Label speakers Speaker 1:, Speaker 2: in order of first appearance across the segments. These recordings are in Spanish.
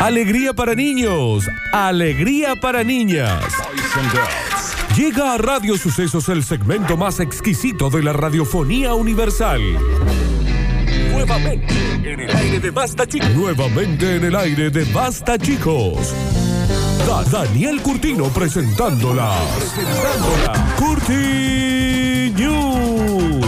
Speaker 1: Alegría para niños, alegría para niñas. Llega a Radio Sucesos el segmento más exquisito de la radiofonía universal. Nuevamente en el aire de Basta Chicos. Nuevamente en el aire de Basta Chicos. Da- Daniel Curtino presentándola. Presentándola. Curti News.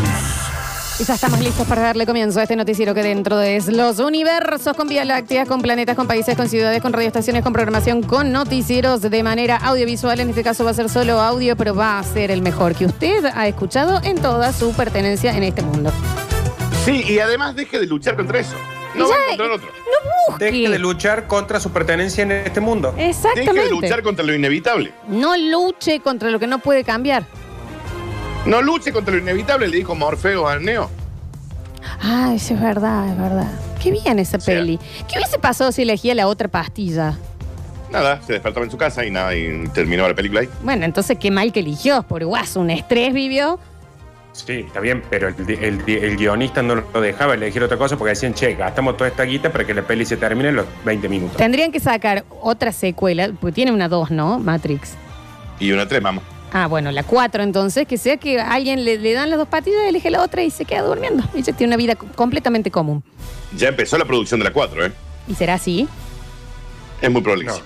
Speaker 2: Y ya estamos listos para darle comienzo a este noticiero que dentro de los universos, con vías lácteas, con planetas, con países, con ciudades, con radioestaciones, con programación, con noticieros de manera audiovisual. En este caso va a ser solo audio, pero va a ser el mejor que usted ha escuchado en toda su pertenencia en este mundo.
Speaker 3: Sí, y además deje de luchar contra eso. No
Speaker 2: Ya,
Speaker 3: va a encontrar otro.
Speaker 2: No busque.
Speaker 4: Deje de luchar contra su pertenencia en este mundo.
Speaker 2: Eh.
Speaker 3: Deje
Speaker 2: Exactamente.
Speaker 3: de luchar contra lo inevitable.
Speaker 2: No luche contra lo que no puede cambiar.
Speaker 3: No luche contra lo inevitable, le dijo Morfeo a Neo.
Speaker 2: Ay, sí, es verdad, es verdad. Qué bien esa
Speaker 3: sea.
Speaker 2: peli. ¿Qué hubiese pasado si elegía la otra pastilla?
Speaker 3: Nada, se despertaba en su casa y nada, y terminó la película ahí.
Speaker 2: Bueno, entonces qué mal que eligió, por guaso, un estrés vivió.
Speaker 4: Sí, está bien, pero el, di- el di- el guionista no lo dejaba elegir otra cosa porque decían, che, gastamos toda esta guita para que la peli se termine en los 20 minutos.
Speaker 2: Tendrían que sacar otra secuela, porque tiene una dos, ¿no? Matrix.
Speaker 3: Y una tres, mamá.
Speaker 2: Ah, bueno, la cuatro entonces, que sea que alguien le, le dan las dos patillas, elige la otra y se queda durmiendo. Ella tiene una vida co- completamente común.
Speaker 3: Ya empezó la producción de la 4, ¿eh?
Speaker 2: ¿Y será así?
Speaker 3: Es muy
Speaker 4: No,
Speaker 3: prolixo.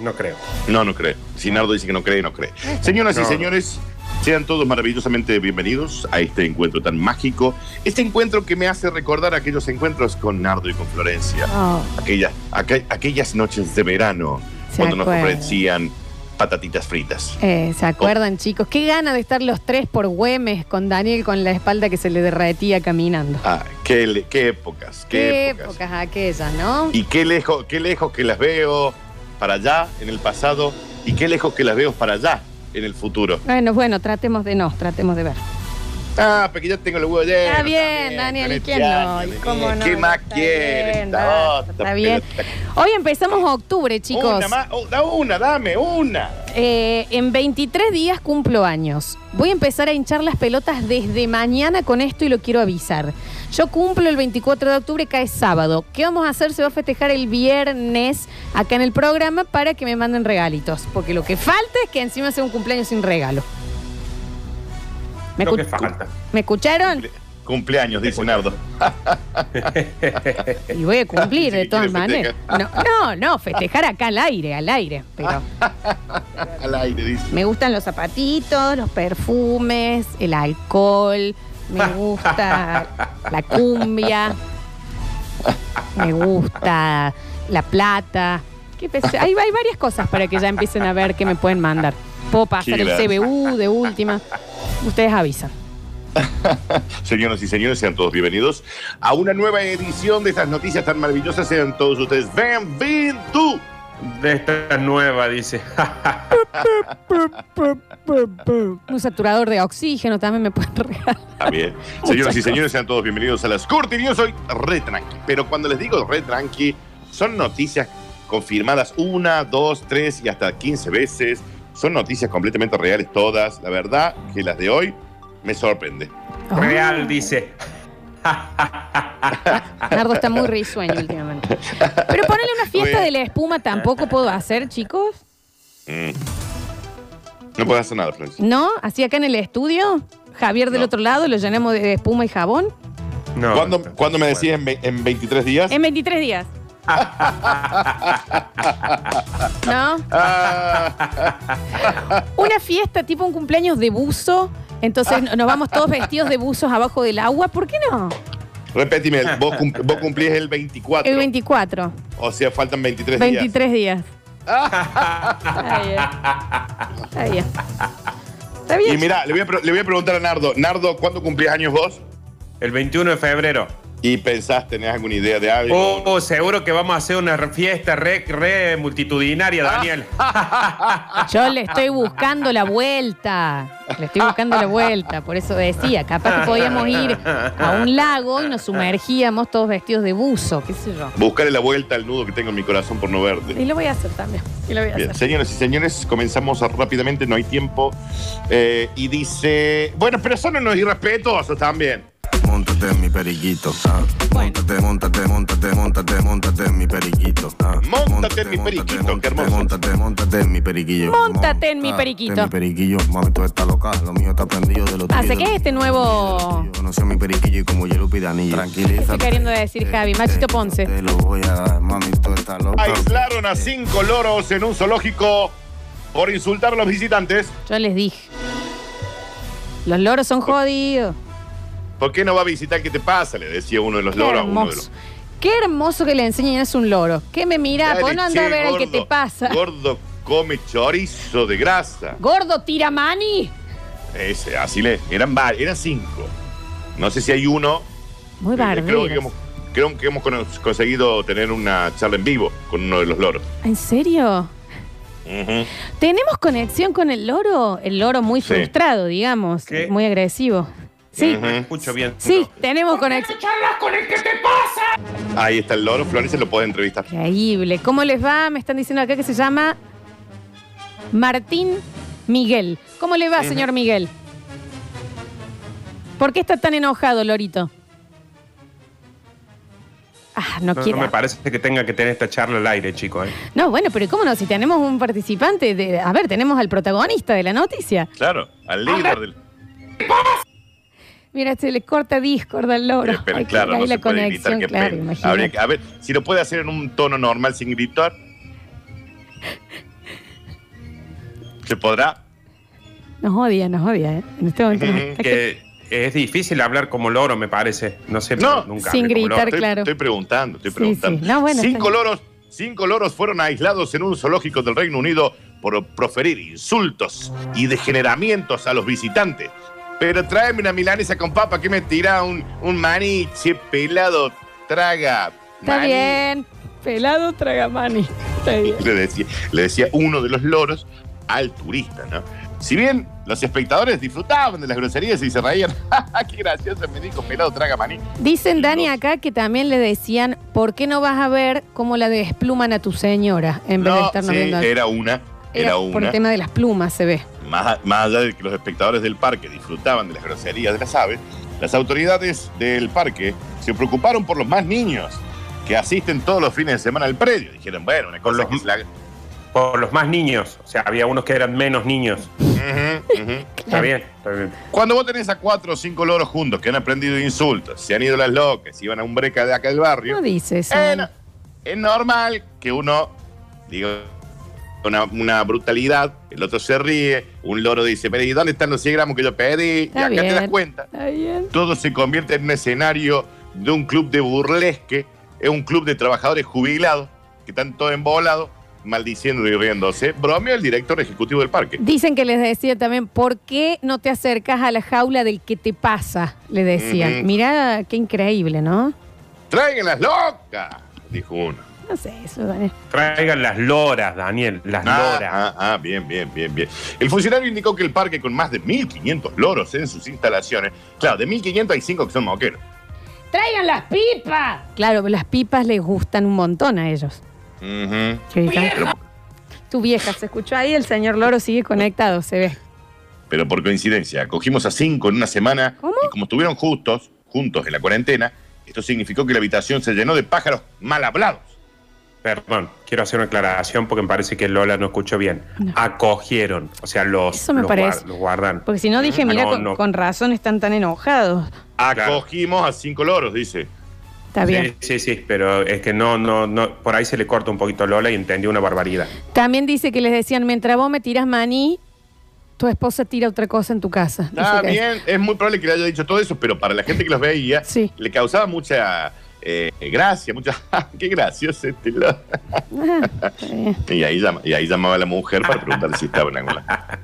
Speaker 4: no creo.
Speaker 3: No, no cree. Si Nardo dice que no cree, no cree. Señoras y
Speaker 4: No.
Speaker 3: señores, sean todos maravillosamente bienvenidos a este encuentro tan mágico. Este encuentro que me hace recordar aquellos encuentros con Nardo y con Florencia.
Speaker 2: Oh,
Speaker 3: Aquellas, aquel- aquellas noches de verano
Speaker 2: Se
Speaker 3: cuando nos
Speaker 2: acuerda.
Speaker 3: ofrecían patatitas fritas.
Speaker 2: eh, ¿Se acuerdan, chicos? Qué gana de estar los tres por Güemes con Daniel con la espalda que se le derretía caminando.
Speaker 3: Ah, qué, le- qué épocas, qué, épocas.
Speaker 2: aquellas, ¿no?
Speaker 3: Y qué lejos, qué lejos que las veo para allá en el pasado y qué lejos que las veo para allá en el futuro.
Speaker 2: Bueno, bueno, tratemos de no, tratemos de ver.
Speaker 3: Ah, porque yo tengo el huevo de.
Speaker 2: Está bien, Daniel, ¿y quién no? ¿Y cómo no?
Speaker 3: ¿Qué más
Speaker 2: Está
Speaker 3: quieres?
Speaker 2: bien,
Speaker 3: Esta
Speaker 2: basta,
Speaker 3: otra
Speaker 2: está bien.
Speaker 3: pelota.
Speaker 2: Hoy empezamos octubre, chicos.
Speaker 3: Una más, oh, da una, dame una.
Speaker 2: Eh, en 23 días cumplo años. Voy a empezar a hinchar las pelotas desde mañana con esto y lo quiero avisar. Yo cumplo el 24 de octubre, cae sábado. ¿Qué vamos a hacer? Se va a festejar el viernes acá en el programa para que me manden regalitos. Porque lo que falta es que encima sea un cumpleaños sin regalo. ¿Me,
Speaker 4: Lo que
Speaker 2: escu-
Speaker 4: falta.
Speaker 2: ¿Me escucharon?
Speaker 3: Cumpleaños, dice Nardo.
Speaker 2: Y voy a cumplir de
Speaker 3: Sí,
Speaker 2: todas
Speaker 3: quiere
Speaker 2: maneras. No, no, no, festejar acá al aire, al aire.
Speaker 4: Ah.
Speaker 2: Pero
Speaker 3: Al aire, dice.
Speaker 2: Me gustan los zapatitos, los perfumes, el alcohol, me gusta la cumbia, me gusta la plata. Qué pes- hay, hay varias cosas para que ya empiecen a ver qué me pueden mandar. Puedo pasar
Speaker 3: Qué
Speaker 2: el
Speaker 3: grande.
Speaker 2: CBU de última. Ustedes avisan.
Speaker 3: Señoras y señores, sean todos bienvenidos a una nueva edición de estas noticias tan maravillosas. Sean todos ustedes bienvenidos.
Speaker 4: De esta nueva, dice.
Speaker 2: Un saturador de oxígeno también me pueden regalar.
Speaker 3: Está bien. Señoras y señores, sean todos bienvenidos a las Curti News. Soy re tranqui. Pero cuando les digo re tranqui, son noticias confirmadas una, dos, tres y hasta 15 veces. Son noticias completamente reales todas. La verdad que las de hoy me sorprende.
Speaker 4: Real, dice.
Speaker 2: Nardo está muy risueño últimamente. Pero ponerle una fiesta
Speaker 3: Bien.
Speaker 2: de la espuma tampoco puedo hacer, chicos.
Speaker 3: Mm. No puedo hacer nada, Florencia.
Speaker 2: ¿No? Así acá en el estudio, Javier del
Speaker 3: No.
Speaker 2: otro lado, lo llenamos de espuma y jabón.
Speaker 4: No,
Speaker 3: ¿Cuándo,
Speaker 4: no,
Speaker 3: cuándo me
Speaker 4: no
Speaker 3: decís en, ve- en 23 días?
Speaker 2: En 23 días. ¿No?
Speaker 3: Ah,
Speaker 2: Una fiesta tipo un cumpleaños de buzo. Entonces no- nos vamos todos vestidos de buzos abajo del agua. ¿Por qué no?
Speaker 3: repetime, vos, cum- vos cumplís el 24.
Speaker 2: El 24.
Speaker 3: O sea, faltan 23, días.
Speaker 2: 23 días. Está bien. Está bien. Está bien.
Speaker 3: Y mirá, le voy, a, pre- le voy a preguntar a Nardo. Nardo, ¿cuándo cumplís años vos?
Speaker 4: El 21 de febrero.
Speaker 3: ¿Y pensás, tenés alguna idea de algo?
Speaker 4: Oh, oh, seguro que vamos a hacer una re- fiesta re, re multitudinaria, Daniel.
Speaker 2: Yo le estoy buscando la vuelta. Le estoy buscando la vuelta. Por eso decía, capaz que podíamos ir a un lago y nos sumergíamos todos vestidos de buzo, qué sé yo.
Speaker 3: Buscarle la vuelta al nudo que tengo en mi corazón por no
Speaker 2: Y
Speaker 3: verte.
Speaker 2: lo voy a hacer también. Y lo voy a
Speaker 3: Bien,
Speaker 2: hacer.
Speaker 3: señoras y señores, comenzamos rápidamente, no hay tiempo. Eh, y dice, bueno, pero son unos irrespetuosos también.
Speaker 5: Móntate en mi periquito, ah.
Speaker 2: Bueno.
Speaker 5: Móntate, móntate, móntate, móntate, móntate en mi periquito, ah.
Speaker 3: Móntate en mi periquito, qué hermoso.
Speaker 5: Móntate, móntate en mi periquillo.
Speaker 2: Móntate en mi periquito.
Speaker 5: En mi periquillo, mami, tú estás loca. Lo mío está prendido de los
Speaker 2: Ah, sé que es este nuevo-
Speaker 5: Yo no soy mi periquillo y como hielo pidanillo. Tranquilízate.
Speaker 2: Estoy queriendo decir, Javi, Machito Ponce.
Speaker 5: eh, Te lo voy a dar, mami, tú estás loca.
Speaker 3: Aislaron a cinco loros en un zoológico por insultar a los visitantes.
Speaker 2: Yo les dije. Los loros son jodidos.
Speaker 3: ¿Por qué no va a visitar? ¿Qué te pasa? Le decía uno de los
Speaker 2: Qué
Speaker 3: loros a uno de
Speaker 2: hermoso.
Speaker 3: los.
Speaker 2: Qué hermoso que le enseñen es un loro. ¿Qué me mira?
Speaker 3: Dale,
Speaker 2: Vos pues, no andás a
Speaker 3: che,
Speaker 2: ver al que
Speaker 3: gordo.
Speaker 2: te pasa.
Speaker 3: Gordo come chorizo de grasa.
Speaker 2: Gordo tiramani.
Speaker 3: Ese, así le. Eran, va- eran cinco. No sé si hay uno.
Speaker 2: Muy
Speaker 3: Eh, creo, que
Speaker 2: barbero.
Speaker 3: hemos, creo que hemos cono- conseguido tener una charla en vivo con uno de los loros.
Speaker 2: ¿En serio?
Speaker 3: Ujú.
Speaker 2: ¿Tenemos conexión con el loro? El loro muy
Speaker 3: Sí.
Speaker 2: frustrado, digamos.
Speaker 4: ¿Qué?
Speaker 2: Muy agresivo. Sí,
Speaker 3: Ujú.
Speaker 4: Escucho bien.
Speaker 2: sí, tenemos conexión.
Speaker 3: Ahí está el loro. Florencia lo puede entrevistar.
Speaker 2: Increíble. ¿Cómo les va? Me están diciendo acá que se llama Martín Miguel. ¿Cómo le va, señor Miguel? ¿Por qué está tan enojado, Lorito? Ah, no,
Speaker 4: No, no
Speaker 2: quiere.
Speaker 4: me parece que tenga que tener esta charla al aire, chico. ¿eh?
Speaker 2: No, bueno, pero ¿cómo no? Si tenemos un participante, de- a ver, tenemos al protagonista de la noticia.
Speaker 3: Claro, al líder del.
Speaker 2: Mira, se le corta Discord al loro.
Speaker 3: Eh, pero
Speaker 2: Hay que-
Speaker 3: claro,
Speaker 2: ahí
Speaker 3: no
Speaker 2: la
Speaker 3: se puede gritar,
Speaker 2: conexión,
Speaker 3: qué
Speaker 2: claro,
Speaker 3: pena.
Speaker 2: imagínate.
Speaker 3: Habría que- a ver, si lo puede hacer en un tono normal sin gritar. ¿Se podrá?
Speaker 2: Nos odia, nos odia, ¿eh? En este momento. nos
Speaker 3: Ujú,
Speaker 2: está-
Speaker 4: Que es difícil hablar como loro, me parece. No sé,
Speaker 3: No.
Speaker 4: nunca.
Speaker 2: Sin
Speaker 4: hablé como
Speaker 2: gritar.
Speaker 4: loro.
Speaker 3: Estoy,
Speaker 2: claro.
Speaker 3: estoy preguntando, estoy
Speaker 2: Sí,
Speaker 3: preguntando.
Speaker 2: sí. No, bueno, está
Speaker 3: cinco
Speaker 2: bien.
Speaker 3: loros, cinco loros fueron aislados en un zoológico del Reino Unido por proferir insultos y degeneramientos a los visitantes. Pero tráeme una milanesa con papa que me tira un, un maní, che, pelado, traga.
Speaker 2: Está
Speaker 3: maní.
Speaker 2: bien. Pelado tragamani. Está bien.
Speaker 3: le decía, le decía uno de los loros al turista, ¿no? Si bien los espectadores disfrutaban de las groserías y se reían, ¡Ja, ja, qué gracioso me dijo, pelado traga maní.
Speaker 2: Dicen Dani
Speaker 3: No.
Speaker 2: acá que también le decían, ¿por qué no vas a ver cómo la despluman a tu señora? En vez de
Speaker 3: No,
Speaker 2: estarnos
Speaker 3: sí,
Speaker 2: viendo.
Speaker 3: era una, era
Speaker 2: Por
Speaker 3: una.
Speaker 2: el tema de las plumas se ve.
Speaker 3: Más, más allá de que los espectadores del parque disfrutaban de las groserías de las aves, las autoridades del parque se preocuparon por los más niños que asisten todos los fines de semana al predio. Dijeron, bueno, una cosa
Speaker 4: Los-
Speaker 3: que es la...
Speaker 4: Por los más niños. O sea, había unos que eran menos niños.
Speaker 3: Ujú, ujú.
Speaker 4: Está bien, está bien.
Speaker 3: Cuando vos tenés a cuatro o cinco loros juntos que han aprendido insultos, se han ido las locas, se iban a un breca de acá del barrio,
Speaker 2: No dice eso.
Speaker 3: eh, no- es normal que uno diga una, una brutalidad, el otro se ríe, un loro dice, pero ¿y dónde están los 100 gramos que yo pedí?
Speaker 2: Está
Speaker 3: y acá
Speaker 2: bien.
Speaker 3: te das cuenta.
Speaker 2: Está bien.
Speaker 3: Todo se convierte en un escenario de un club de burlesque, es un club de trabajadores jubilados que están todos embolados, maldiciendo y riéndose. Bromeo el director ejecutivo del parque.
Speaker 2: Dicen que les decía también, ¿por qué no te acercas a la jaula del que te pasa? Le decían.
Speaker 3: Ujú.
Speaker 2: Mirá, qué increíble, ¿no?
Speaker 3: ¡Traigan las locas! Dijo uno.
Speaker 2: No sé, eso, Dani.
Speaker 4: Traigan las loras, Daniel, las
Speaker 3: Ah,
Speaker 4: loras.
Speaker 3: ah, ah, bien, bien, bien, bien. El funcionario indicó que el parque con más de 1.500 loros en sus instalaciones, claro, de 1.500 hay 5 que son moqueros.
Speaker 2: ¡Traigan las pipas! Claro, las pipas les gustan un montón a ellos.
Speaker 3: Ujú.
Speaker 2: Tu vieja, se escuchó ahí, el señor Loro sigue conectado, se ve.
Speaker 3: Pero por coincidencia, cogimos a 5 en una semana
Speaker 2: ¿Cómo?
Speaker 3: y como estuvieron justos, juntos en la cuarentena, esto significó que la habitación se llenó de pájaros mal hablados.
Speaker 4: Perdón, quiero hacer una aclaración porque me parece que Lola no escuchó bien. Acogieron, o sea, los,
Speaker 2: Eso me
Speaker 4: los
Speaker 2: parece. Pues,
Speaker 4: los guardan.
Speaker 2: Porque si no dije,
Speaker 4: Ah,
Speaker 2: mira,
Speaker 4: no,
Speaker 2: con,
Speaker 4: no.
Speaker 2: con razón están tan enojados.
Speaker 4: Claro.
Speaker 3: Acogimos Ah, a 5 loros, dice.
Speaker 2: Está bien.
Speaker 4: Sí, sí, sí, pero es que no, no, no, por ahí se le corta un poquito a Lola y entendió una barbaridad.
Speaker 2: También dice que les decían, mientras vos me tiras maní, tu esposa tira otra cosa en tu casa. No
Speaker 3: Está
Speaker 2: sé qué.
Speaker 3: Ah, bien, es muy probable que le haya dicho todo eso, pero para la gente que los veía,
Speaker 2: Sí.
Speaker 3: le causaba mucha eh, gracia, mucha. ah, ¡Qué gracioso este loro!
Speaker 2: Ah, está bien.
Speaker 3: Y ahí, llama- y ahí llamaba a la mujer para preguntarle si estaba en alguna.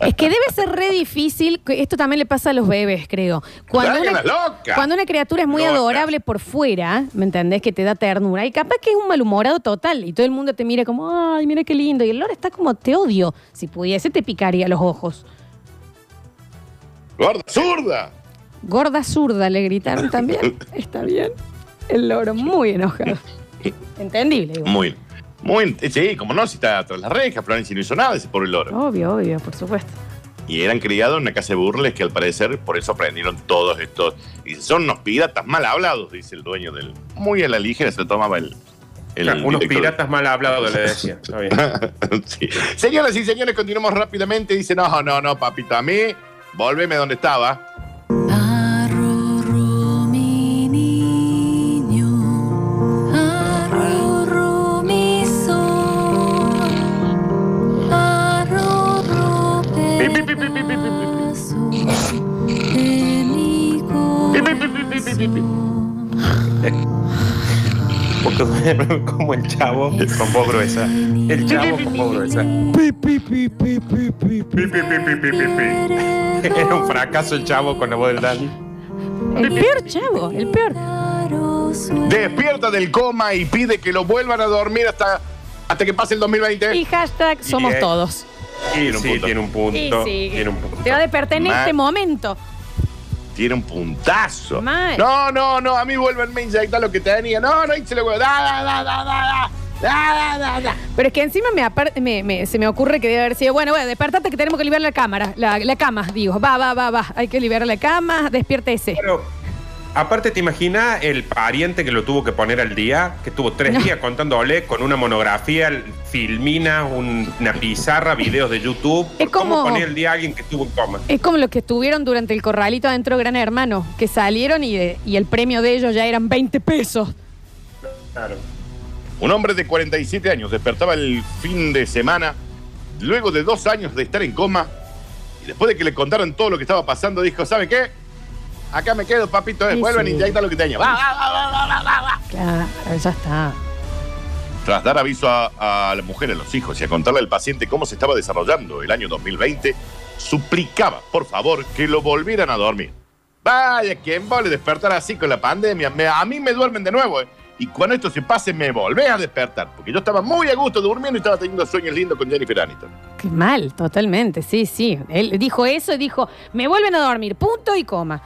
Speaker 2: Es que debe ser re difícil, que esto también le pasa a los bebés, creo. Cuando
Speaker 3: ¡Traigan
Speaker 2: una,
Speaker 3: las locas!
Speaker 2: cuando una criatura es muy
Speaker 3: Locas.
Speaker 2: adorable por fuera, ¿me entendés? Que te da ternura. Y capaz que es un malhumorado total. Y todo el mundo te mira como, ay, mira qué lindo. Y el loro está como, te odio. Si pudiese, te picaría los ojos.
Speaker 3: ¡Gorda, zurda!
Speaker 2: Gorda zurda le gritaron también. Está bien. El loro muy enojado. Entendible. igual.
Speaker 3: Muy, muy. eh, Sí, como no, si está tras las rejas, Florencia no hizo nada ese pobre loro.
Speaker 2: Obvio, obvio, por supuesto.
Speaker 3: Y eran criados en una casa de burles que al parecer por eso aprendieron todos estos. Y son unos piratas mal hablados, dice el dueño del. Muy a la ligera se lo tomaba el, el
Speaker 4: unos
Speaker 3: director.
Speaker 4: piratas mal hablados, le decía. Está bien.
Speaker 3: Sí. Señoras y señores, continuamos rápidamente. Dice, no, no, no, papita, a mí, volveme donde estaba.
Speaker 6: Arrurru, mi niño, arrurru, mi sol, arrurru,
Speaker 3: Pi, pi, pi, pi, pi, pi, pi, pi.
Speaker 6: pedazo de mi
Speaker 3: Pi, pi, pi, pi, pi, pi, pi.
Speaker 6: corazón.
Speaker 4: Porque duermen como el chavo con voz gruesa. El chavo con voz gruesa. Pi, pi, pi, pi, pi, pi, pi. Era un fracaso el chavo con la voz del Dani.
Speaker 2: El peor, chavo, el peor.
Speaker 6: Claro sueño.
Speaker 3: Despierta del coma y pide que lo vuelvan a dormir hasta, hasta que pase el 2020.
Speaker 2: Y hashtag somos
Speaker 4: eh,
Speaker 2: todos.
Speaker 4: Y
Speaker 3: un
Speaker 4: sí,
Speaker 3: punto.
Speaker 4: tiene un punto.
Speaker 2: sí.
Speaker 4: Tiene un punto.
Speaker 2: Te va a despertar en
Speaker 3: Ma-
Speaker 2: este momento.
Speaker 3: Tiene un puntazo.
Speaker 2: Mal.
Speaker 3: No, no, no, a mí vuelvenme a inyectar lo que tenía. No, no, y se lo vuelvo. Da, da, da, da, da, da, da, da, da.
Speaker 2: Pero es que encima me apar- me- me- se me ocurre que debe haber sido, bueno, bueno, despertate que tenemos que liberar la cámara, la, la cama, digo. Va, va, va, va. Hay que liberar la cama, despiértese.
Speaker 4: Pero, aparte, ¿te imaginas el pariente que lo tuvo que poner al día? Que estuvo tres días contándole con una monografía, filmina, un- una pizarra, videos de YouTube.
Speaker 2: Es
Speaker 4: ¿Cómo
Speaker 2: como-
Speaker 4: poner al día a alguien que estuvo en coma?
Speaker 2: Es como los que estuvieron durante el corralito adentro de Gran Hermano, que salieron y, de- y el premio de ellos ya eran 20 pesos.
Speaker 4: Claro.
Speaker 3: Un hombre de 47 años despertaba el fin de semana, luego de dos años de estar en coma, y después de que le contaron todo lo que estaba pasando, dijo, ¿sabe qué? Acá me quedo, papito, eh,
Speaker 2: Sí,
Speaker 3: vuelvan a
Speaker 2: sí.
Speaker 3: inyectar lo que tenía. Va, va, va, va, va, va, va, va.
Speaker 2: Claro, ya está.
Speaker 3: Tras dar aviso a, a la mujer, a los hijos y a contarle al paciente cómo se estaba desarrollando el año 2020, suplicaba, por favor, que lo volvieran a dormir. Vaya, ¿quién vale despertar así con la pandemia? Me- a mí me duermen de nuevo. eh. Y cuando esto se pase, me volvés a despertar. Porque yo estaba muy a gusto durmiendo y estaba teniendo sueños lindos con Jennifer Aniston.
Speaker 2: Qué mal, totalmente, sí, sí. Él dijo eso y dijo, me vuelven a dormir, punto y coma.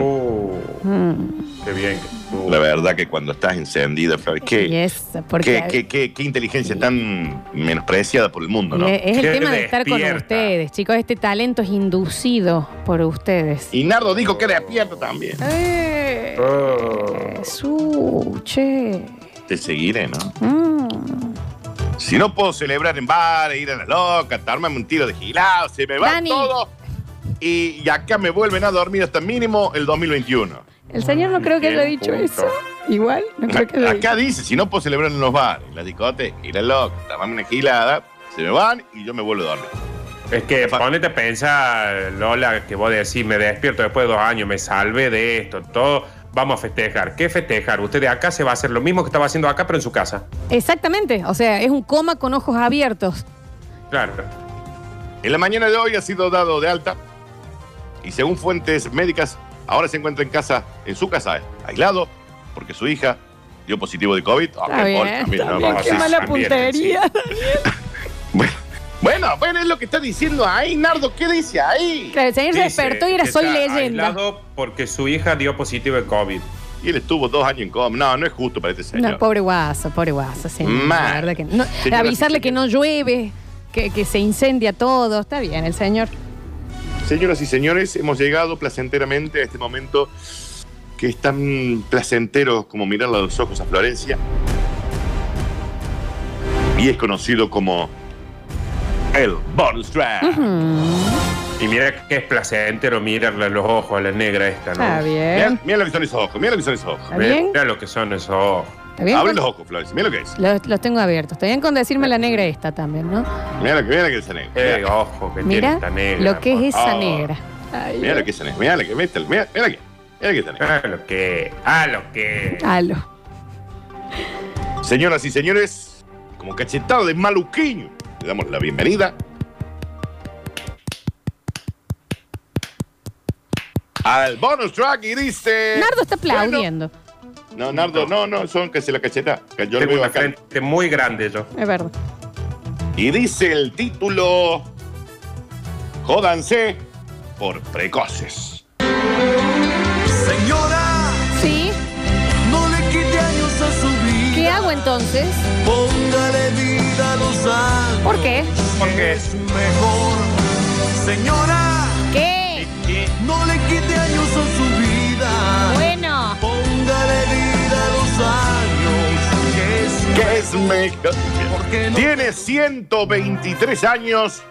Speaker 4: Oh,
Speaker 2: Mm,
Speaker 4: qué bien que estuvo.
Speaker 3: Oh. La verdad que cuando estás encendida, Flor, qué,
Speaker 2: y eso, porque
Speaker 3: qué, qué- qué- qué inteligencia tan menospreciada por el mundo, ¿no?
Speaker 2: le- es el
Speaker 4: Qué
Speaker 2: tema de estar con
Speaker 4: despierta.
Speaker 2: ustedes, chicos. Este talento es inducido por ustedes.
Speaker 3: Y Nardo dijo que era despierto también.
Speaker 2: Eh,
Speaker 4: Oh.
Speaker 2: su, che.
Speaker 3: Te seguiré, ¿no?
Speaker 2: Mm.
Speaker 3: Si no puedo celebrar en bar, e ir a la loca, darme un tiro de gilado, se me va
Speaker 2: Dani.
Speaker 3: todo. Y, y acá me vuelven a dormir hasta mínimo el 2021.
Speaker 2: El señor no creo que haya
Speaker 4: Bien,
Speaker 2: dicho
Speaker 4: punto.
Speaker 2: eso. Igual, no creo que haya dicho.
Speaker 3: Acá dice, si no puedo celebrar en los bares, en la discoteca, ir a la loca, darme una gilada, se me van y yo me vuelvo a dormir.
Speaker 4: Es que ponete a pensar, Lola, que vos decís, me despierto después de dos años, me salvé de esto, todo, vamos a festejar. ¿Qué festejar? Usted de acá se va a hacer lo mismo que estaba haciendo acá, pero en su casa.
Speaker 2: Exactamente, o sea, es un coma con ojos abiertos.
Speaker 4: Claro.
Speaker 3: En la mañana de hoy ha sido dado de alta y según fuentes médicas, ahora se encuentra en casa, en su casa, aislado, porque su hija dio positivo de COVID. Ah,
Speaker 2: Está
Speaker 3: qué
Speaker 2: bien,
Speaker 3: bol- también,
Speaker 2: está
Speaker 3: ¿no?
Speaker 2: bien,
Speaker 4: Vamos,
Speaker 2: qué
Speaker 4: sí,
Speaker 2: mala
Speaker 4: también,
Speaker 2: puntería.
Speaker 3: Bueno, bueno, bueno, es lo que está diciendo ahí, Nardo. ¿Qué dice ahí?
Speaker 2: Claro, el señor se
Speaker 4: Dice
Speaker 2: despertó y era
Speaker 4: que
Speaker 2: soy
Speaker 4: está
Speaker 2: leyenda.
Speaker 4: aislado porque su hija dio positivo de COVID.
Speaker 3: Y él estuvo dos años en coma. No, no es justo para este señor.
Speaker 2: No, pobre guaso, pobre guaso, señor. La
Speaker 3: Mal.
Speaker 2: verdad que no.
Speaker 3: Señora,
Speaker 2: avisarle
Speaker 3: sí,
Speaker 2: que no
Speaker 3: señor.
Speaker 2: llueve, que, que se incendia todo. Está bien, el señor.
Speaker 3: Señoras y señores, hemos llegado placenteramente a este momento que es tan placentero como mirarle a los ojos a Florencia. Y es conocido como el bonus track.
Speaker 4: Y mira que es placentero mirarle los ojos a la negra esta, ¿no?
Speaker 2: Está bien.
Speaker 3: Mira, mira lo que son esos ojos, mira lo que son esos ojos.
Speaker 2: ¿Está bien?
Speaker 4: Mira lo que son esos ojos.
Speaker 2: ¿Está bien?
Speaker 3: Abre
Speaker 2: con-
Speaker 3: los ojos, Florencia, mira lo que es.
Speaker 2: Los, los tengo abiertos. Está bien con decirme la negra esta también, ¿no?
Speaker 3: Mira lo que, mira lo que es esa negra.
Speaker 4: Eh,
Speaker 3: Mira,
Speaker 4: ojo, que tiene
Speaker 2: Mira
Speaker 4: esta negra.
Speaker 2: lo que
Speaker 4: por
Speaker 2: es esa
Speaker 4: favor.
Speaker 2: negra. Ay,
Speaker 3: mira lo que es esa negra, mira lo que mira, mira, mira lo que- mira lo que es esa negra.
Speaker 4: Ah, lo que. Ah, lo que.
Speaker 2: Halo.
Speaker 3: Señoras y señores, como cachetado de maluquiño, le damos la bienvenida al bonus track y dice.
Speaker 2: Nardo está
Speaker 3: Bueno,
Speaker 2: aplaudiendo.
Speaker 3: no, Nardo, no, no, son que se la cacheta. que Yo lo
Speaker 4: Tengo
Speaker 3: veo
Speaker 4: una
Speaker 3: acá.
Speaker 4: frente muy grande yo.
Speaker 2: Es verdad.
Speaker 3: Y dice el título: Jódanse por precoces.
Speaker 7: Señora,
Speaker 2: Sí.
Speaker 7: no le quite años a su vida.
Speaker 2: ¿Qué hago entonces?
Speaker 7: Póngale vida a los años.
Speaker 2: ¿Por qué?
Speaker 4: Porque
Speaker 7: Es mejor. Señora,
Speaker 2: ¿Qué?
Speaker 7: no le quite años a su vida.
Speaker 2: Bueno.
Speaker 7: Póngale vida a los años.
Speaker 3: es mejor.
Speaker 7: ¿Por qué no?
Speaker 3: Tiene 123 años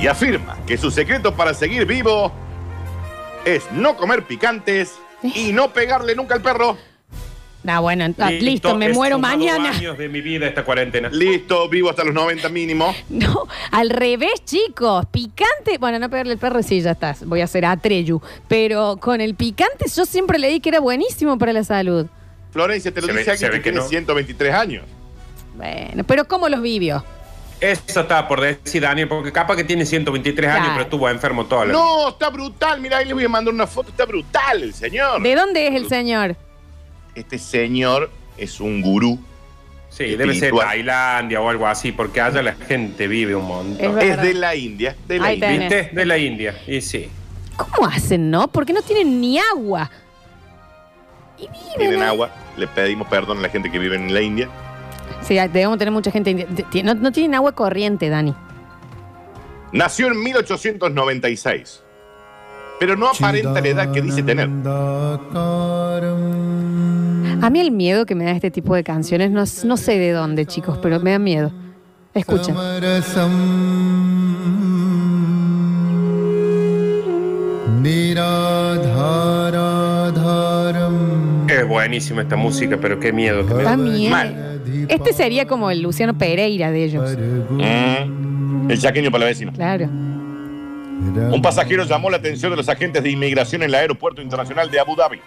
Speaker 3: y afirma que su secreto para seguir vivo es no comer picantes y no pegarle nunca al perro.
Speaker 2: Ah, bueno, ent- ah, listo, me
Speaker 4: he
Speaker 2: muero
Speaker 4: sumado
Speaker 2: mañana.
Speaker 4: años de mi vida esta cuarentena.
Speaker 3: Listo, vivo hasta los 90 mínimo.
Speaker 2: No, al revés, chicos. Picante. Bueno, no pegarle el perro, sí, ya estás. Voy a hacer atreyu. Pero con el picante yo siempre leí que era buenísimo para la salud.
Speaker 3: Florencia, te lo
Speaker 4: Se ve-
Speaker 3: dice
Speaker 4: se
Speaker 3: alguien
Speaker 4: ve
Speaker 3: que
Speaker 4: que
Speaker 3: tiene
Speaker 4: no.
Speaker 3: 123 años.
Speaker 2: Bueno, pero ¿cómo los vivió?
Speaker 4: Eso estaba por decir, Daniel, porque capaz que tiene 123 años,
Speaker 2: Claro.
Speaker 4: pero estuvo enfermo toda la vida.
Speaker 3: No, está brutal. Mira, ahí les voy a mandar una foto. Está brutal el señor.
Speaker 2: ¿De dónde es el señor?
Speaker 3: Este señor es un gurú.
Speaker 4: Sí, debe ser
Speaker 3: Espiritual.
Speaker 4: Tailandia o algo así, porque allá la gente vive un montón.
Speaker 2: Es
Speaker 3: Es
Speaker 2: verdad.
Speaker 3: de la India. De la
Speaker 2: Ahí
Speaker 3: India.
Speaker 2: tenés.
Speaker 4: ¿Viste? De la India. Y sí.
Speaker 2: ¿Cómo hacen, no? Porque no tienen ni agua. Y viven
Speaker 3: Tienen
Speaker 2: ahí.
Speaker 3: agua. Le pedimos perdón a la gente que vive en la India.
Speaker 2: Sí, debemos tener mucha gente. india- Ti- No, no tienen agua corriente, Dani.
Speaker 3: Nació en 1896. Pero no aparenta la edad que dice tener.
Speaker 2: A mí el miedo que me da este tipo de canciones, no, no sé de dónde, chicos, pero me da miedo. Escuchen.
Speaker 4: Es buenísima esta música, pero qué miedo que me da.
Speaker 2: Da miedo. Este sería como el Luciano Pereira de ellos.
Speaker 3: Mm. El chaqueño para la vecina.
Speaker 2: Claro.
Speaker 3: Un pasajero llamó la atención de los agentes de inmigración en el aeropuerto internacional de Abu Dhabi,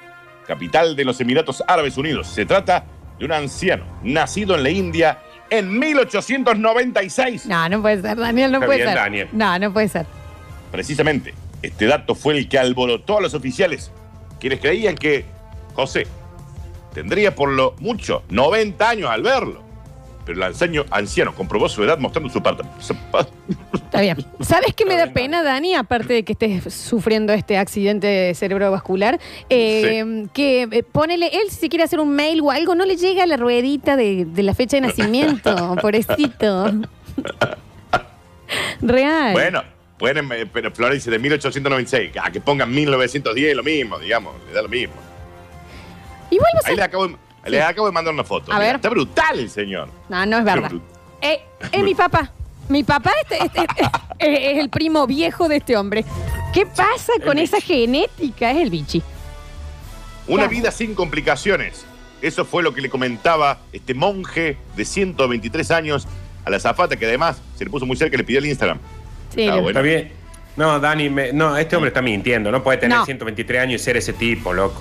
Speaker 3: capital de los Emiratos Árabes Unidos. Se trata de un anciano nacido en la India en 1896.
Speaker 2: No, no puede ser, Daniel, no
Speaker 4: Está
Speaker 2: puede
Speaker 4: bien,
Speaker 2: ser.
Speaker 4: Daniel.
Speaker 2: No, no puede ser.
Speaker 3: Precisamente, este dato fue el que alborotó a los oficiales, quienes creían que José tendría por lo mucho 90 años al verlo. Pero el anciano, anciano comprobó su edad mostrando su parte.
Speaker 2: Está bien. ¿Sabes qué me
Speaker 4: Está
Speaker 2: da
Speaker 4: bien,
Speaker 2: pena, Dani? Aparte de que estés sufriendo este accidente cerebrovascular, eh, que eh, ponele, él si se quiere hacer un mail o algo, no le llega la ruedita de, de la fecha de nacimiento, pobrecito. Real.
Speaker 3: Bueno, pueden, eh, pero Florencia de 1896, a que pongan 1910 lo mismo, digamos, le da lo mismo.
Speaker 2: Igual vos
Speaker 3: Ahí
Speaker 2: sabés-
Speaker 3: le acabo de, le acabo de mandar una foto.
Speaker 2: A
Speaker 3: Mira,
Speaker 2: ver.
Speaker 3: Está brutal el señor.
Speaker 2: No, no es verdad.
Speaker 3: Pero-
Speaker 2: Eh, eh, mi papá. Mi papá este- este- este- es, es el primo viejo de este hombre. ¿Qué pasa con
Speaker 4: bichi.
Speaker 2: esa genética? Es el bichi.
Speaker 3: Una
Speaker 2: Claro.
Speaker 3: vida sin complicaciones. Eso fue lo que le comentaba este monje de 123 años a la zafata, que además se le puso muy cerca y le pidió el Instagram.
Speaker 2: Sí,
Speaker 3: Ah,
Speaker 2: lo-
Speaker 3: bueno.
Speaker 4: Está bien. No, Dani, me- no, este hombre está mintiendo. No puede tener
Speaker 2: No.
Speaker 4: 123 años y ser ese tipo, loco.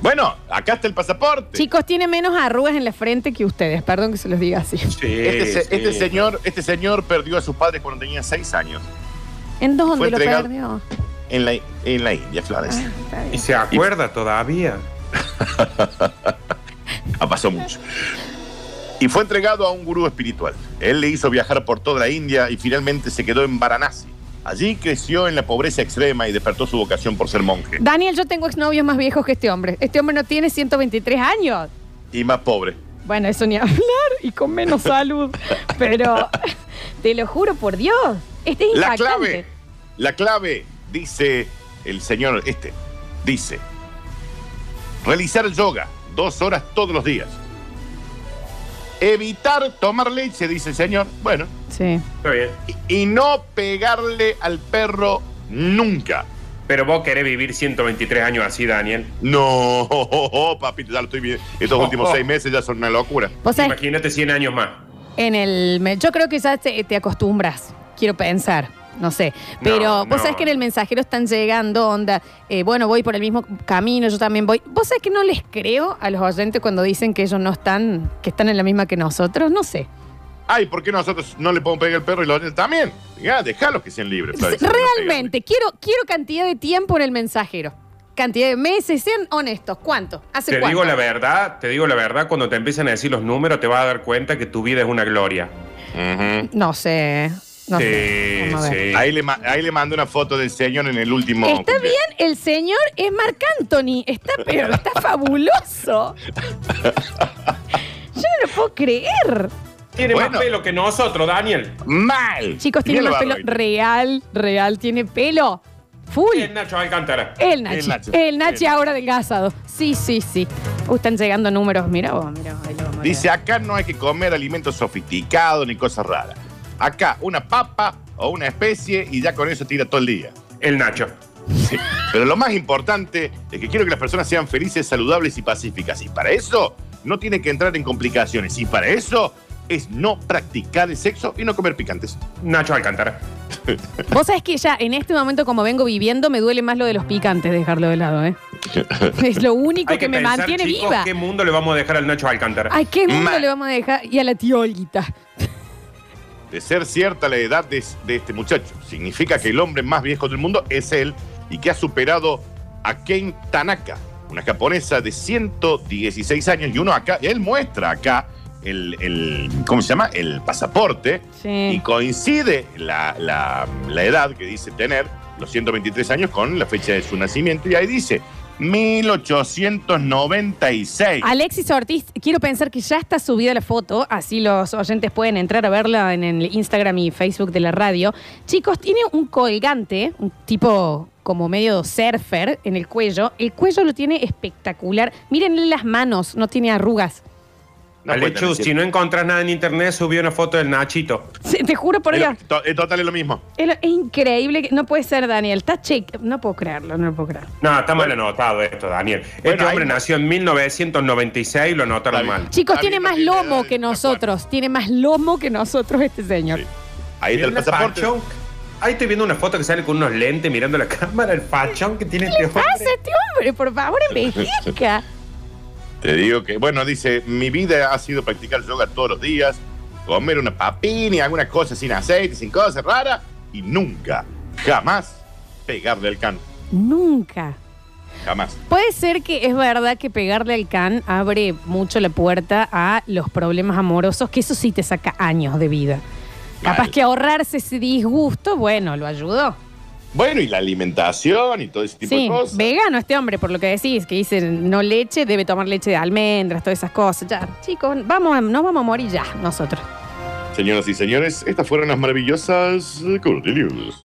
Speaker 3: Bueno, acá está el pasaporte.
Speaker 2: Chicos, tiene menos arrugas en la frente que ustedes. Perdón que se los diga así.
Speaker 4: Sí,
Speaker 3: este, se-
Speaker 4: sí.
Speaker 3: este señor, este señor perdió a sus padres cuando tenía 6 años
Speaker 2: ¿En
Speaker 3: Fue
Speaker 2: dónde lo
Speaker 3: entregado-
Speaker 2: perdió?
Speaker 3: en la, en la India, Flores.
Speaker 4: ¿Y se acuerda todavía?
Speaker 3: Ha pasado Ah, mucho. Y fue entregado a un gurú espiritual. Él le hizo viajar por toda la India y finalmente se quedó en Varanasi. Allí creció en la pobreza extrema y despertó su vocación por ser monje.
Speaker 2: Daniel, yo tengo exnovios más viejos que este hombre. Este hombre no tiene 123 años.
Speaker 3: Y más pobre.
Speaker 2: Bueno, eso ni hablar y con menos salud. Pero te lo juro por Dios. Este es
Speaker 3: La
Speaker 2: impactante.
Speaker 3: clave, la clave, dice el señor este, dice, realizar yoga dos horas todos los días. Evitar tomar leche, dice el señor. Bueno,
Speaker 2: Sí.
Speaker 4: Está bien.
Speaker 3: y no pegarle al perro nunca.
Speaker 4: Pero vos querés vivir 123 años así, Daniel.
Speaker 3: No, papito, ya lo estoy viendo. Estos últimos seis meses ya son una locura.
Speaker 2: ¿Vos sabés
Speaker 4: Imagínate 100 años más.
Speaker 2: En el. me- Yo creo que ya te, te acostumbras, quiero pensar. No sé, pero
Speaker 4: No,
Speaker 2: vos
Speaker 4: no.
Speaker 2: sabés que en el mensajero están llegando, onda, eh, bueno, voy por el mismo camino, yo también voy. Vos sabés que no les creo a los oyentes cuando dicen que ellos no están, que están en la misma que nosotros, no sé.
Speaker 3: Ay, ¿por qué nosotros no le podemos pegar al perro y los niños también? Ya, dejalos que sean libres. Florencia, no
Speaker 2: Realmente, quiero, quiero cantidad de tiempo en el mensajero, cantidad de meses, sean honestos, ¿cuánto? ¿Hace
Speaker 4: Te
Speaker 2: cuánto?
Speaker 4: digo la verdad, te digo la verdad, cuando te empiezan a decir los números te vas a dar cuenta que tu vida es una gloria.
Speaker 3: pegales. Ujú.
Speaker 2: No sé, no sé.
Speaker 4: sí,
Speaker 2: Vamos a ver.
Speaker 4: sí.
Speaker 3: Ahí le, ma- ahí le mandé una foto del señor en el último.
Speaker 2: Está
Speaker 3: cumpleaños.
Speaker 2: bien, el señor es Marc Anthony. Está, pero está fabuloso. Yo no lo puedo creer.
Speaker 4: Tiene
Speaker 3: Bueno.
Speaker 4: más pelo que nosotros, Daniel.
Speaker 3: Mal.
Speaker 2: Chicos, tiene
Speaker 3: Mira
Speaker 2: más
Speaker 3: la
Speaker 2: pelo.
Speaker 3: barba.
Speaker 2: Real, real, tiene pelo. Full.
Speaker 4: El Nacho Alcántara.
Speaker 2: El Nachi.
Speaker 3: Nachi.
Speaker 2: El Nachi ahora adelgazado. Sí, sí, sí. Uh, están llegando números, mira vos, mira vos. ahí lo vamos a
Speaker 3: Dice, acá no hay que comer alimentos sofisticados ni cosas raras. Acá una papa o una especie y ya con eso tira todo el día.
Speaker 4: El Nacho.
Speaker 3: Sí. Pero lo más importante es que quiero que las personas sean felices, saludables y pacíficas. Y para eso no tienen que entrar en complicaciones. Y para eso es no practicar el sexo y no comer picantes.
Speaker 4: Nacho Alcántara.
Speaker 2: leer. Vos sabés que ya en este momento, como vengo viviendo, me duele más lo de los picantes dejarlo de lado, ¿eh? es lo único que, me
Speaker 4: pensar,
Speaker 2: mantiene
Speaker 4: chicos,
Speaker 2: viva.
Speaker 4: ¿Qué mundo le vamos a dejar al Nacho Alcántara?
Speaker 2: ¿A qué mundo
Speaker 3: Mal.
Speaker 2: le vamos a dejar? Y a la tía Olguita.
Speaker 3: De ser cierta la edad de, de este muchacho, significa que el hombre más viejo del mundo es él y que ha superado a Ken Tanaka, una japonesa de 116 años. Y uno acá, él muestra acá el, el- ¿cómo se llama? El pasaporte. Y
Speaker 2: Sí.
Speaker 3: coincide la, la- la edad que dice tener, los 123 años, con la fecha de su nacimiento. Y ahí dice 1896.
Speaker 2: Alexis Ortiz, quiero pensar que ya está subida la foto, así los oyentes pueden entrar a verla en el Instagram y Facebook de la radio. Chicos, tiene un colgante, un tipo como medio surfer en el cuello. El cuello lo tiene espectacular. Mírenle las manos, no tiene arrugas.
Speaker 3: No puede
Speaker 4: Alechu,
Speaker 3: tener
Speaker 4: si no encontrás nada en internet, subió una foto del Nachito.
Speaker 2: Sí, Te juro por Dios.
Speaker 3: cien- to- En total es lo mismo.
Speaker 2: Es, lo- es increíble. que- No puede ser, Daniel. Está check. No puedo creerlo, no lo puedo creer.
Speaker 4: No, está mal anotado esto, Daniel. este
Speaker 3: Bueno,
Speaker 4: hombre
Speaker 3: ahí-
Speaker 4: nació en 1996 y lo anotaron
Speaker 3: Está bien.
Speaker 4: mal.
Speaker 2: Chicos,
Speaker 3: Está
Speaker 2: tiene
Speaker 3: bien,
Speaker 2: más
Speaker 3: no tiene edad
Speaker 2: lomo
Speaker 3: de
Speaker 2: que
Speaker 3: estar
Speaker 2: nosotros. Tiene más lomo que nosotros este señor.
Speaker 3: Sí. Ahí está el
Speaker 4: Mira,
Speaker 3: pasaporte.
Speaker 4: fachón. Ahí estoy viendo una foto que sale con unos lentes mirando la cámara, el fachón que tiene este hombre.
Speaker 2: Pasa este hombre, por favor, envejezca.
Speaker 3: Te digo que, bueno, dice, mi vida ha sido practicar yoga todos los días, comer una papini, alguna cosa sin aceite, sin cosas raras, y nunca, jamás pegarle al can.
Speaker 2: Nunca.
Speaker 3: Jamás.
Speaker 2: Puede ser que es verdad que pegarle al can abre mucho la puerta a los problemas amorosos, que eso sí te saca años de vida.
Speaker 3: Mal.
Speaker 2: Capaz que ahorrarse ese disgusto, bueno, lo ayudó.
Speaker 3: Bueno, y la alimentación y todo ese tipo de
Speaker 2: Sí,
Speaker 3: cosas.
Speaker 2: vegano este hombre, por lo que decís, que dice no leche, debe tomar leche de almendras, todas esas cosas. Ya, chicos, vamos, a- nos vamos a morir ya, nosotros.
Speaker 3: Señoras y señores, estas fueron las maravillosas eh, Curti News.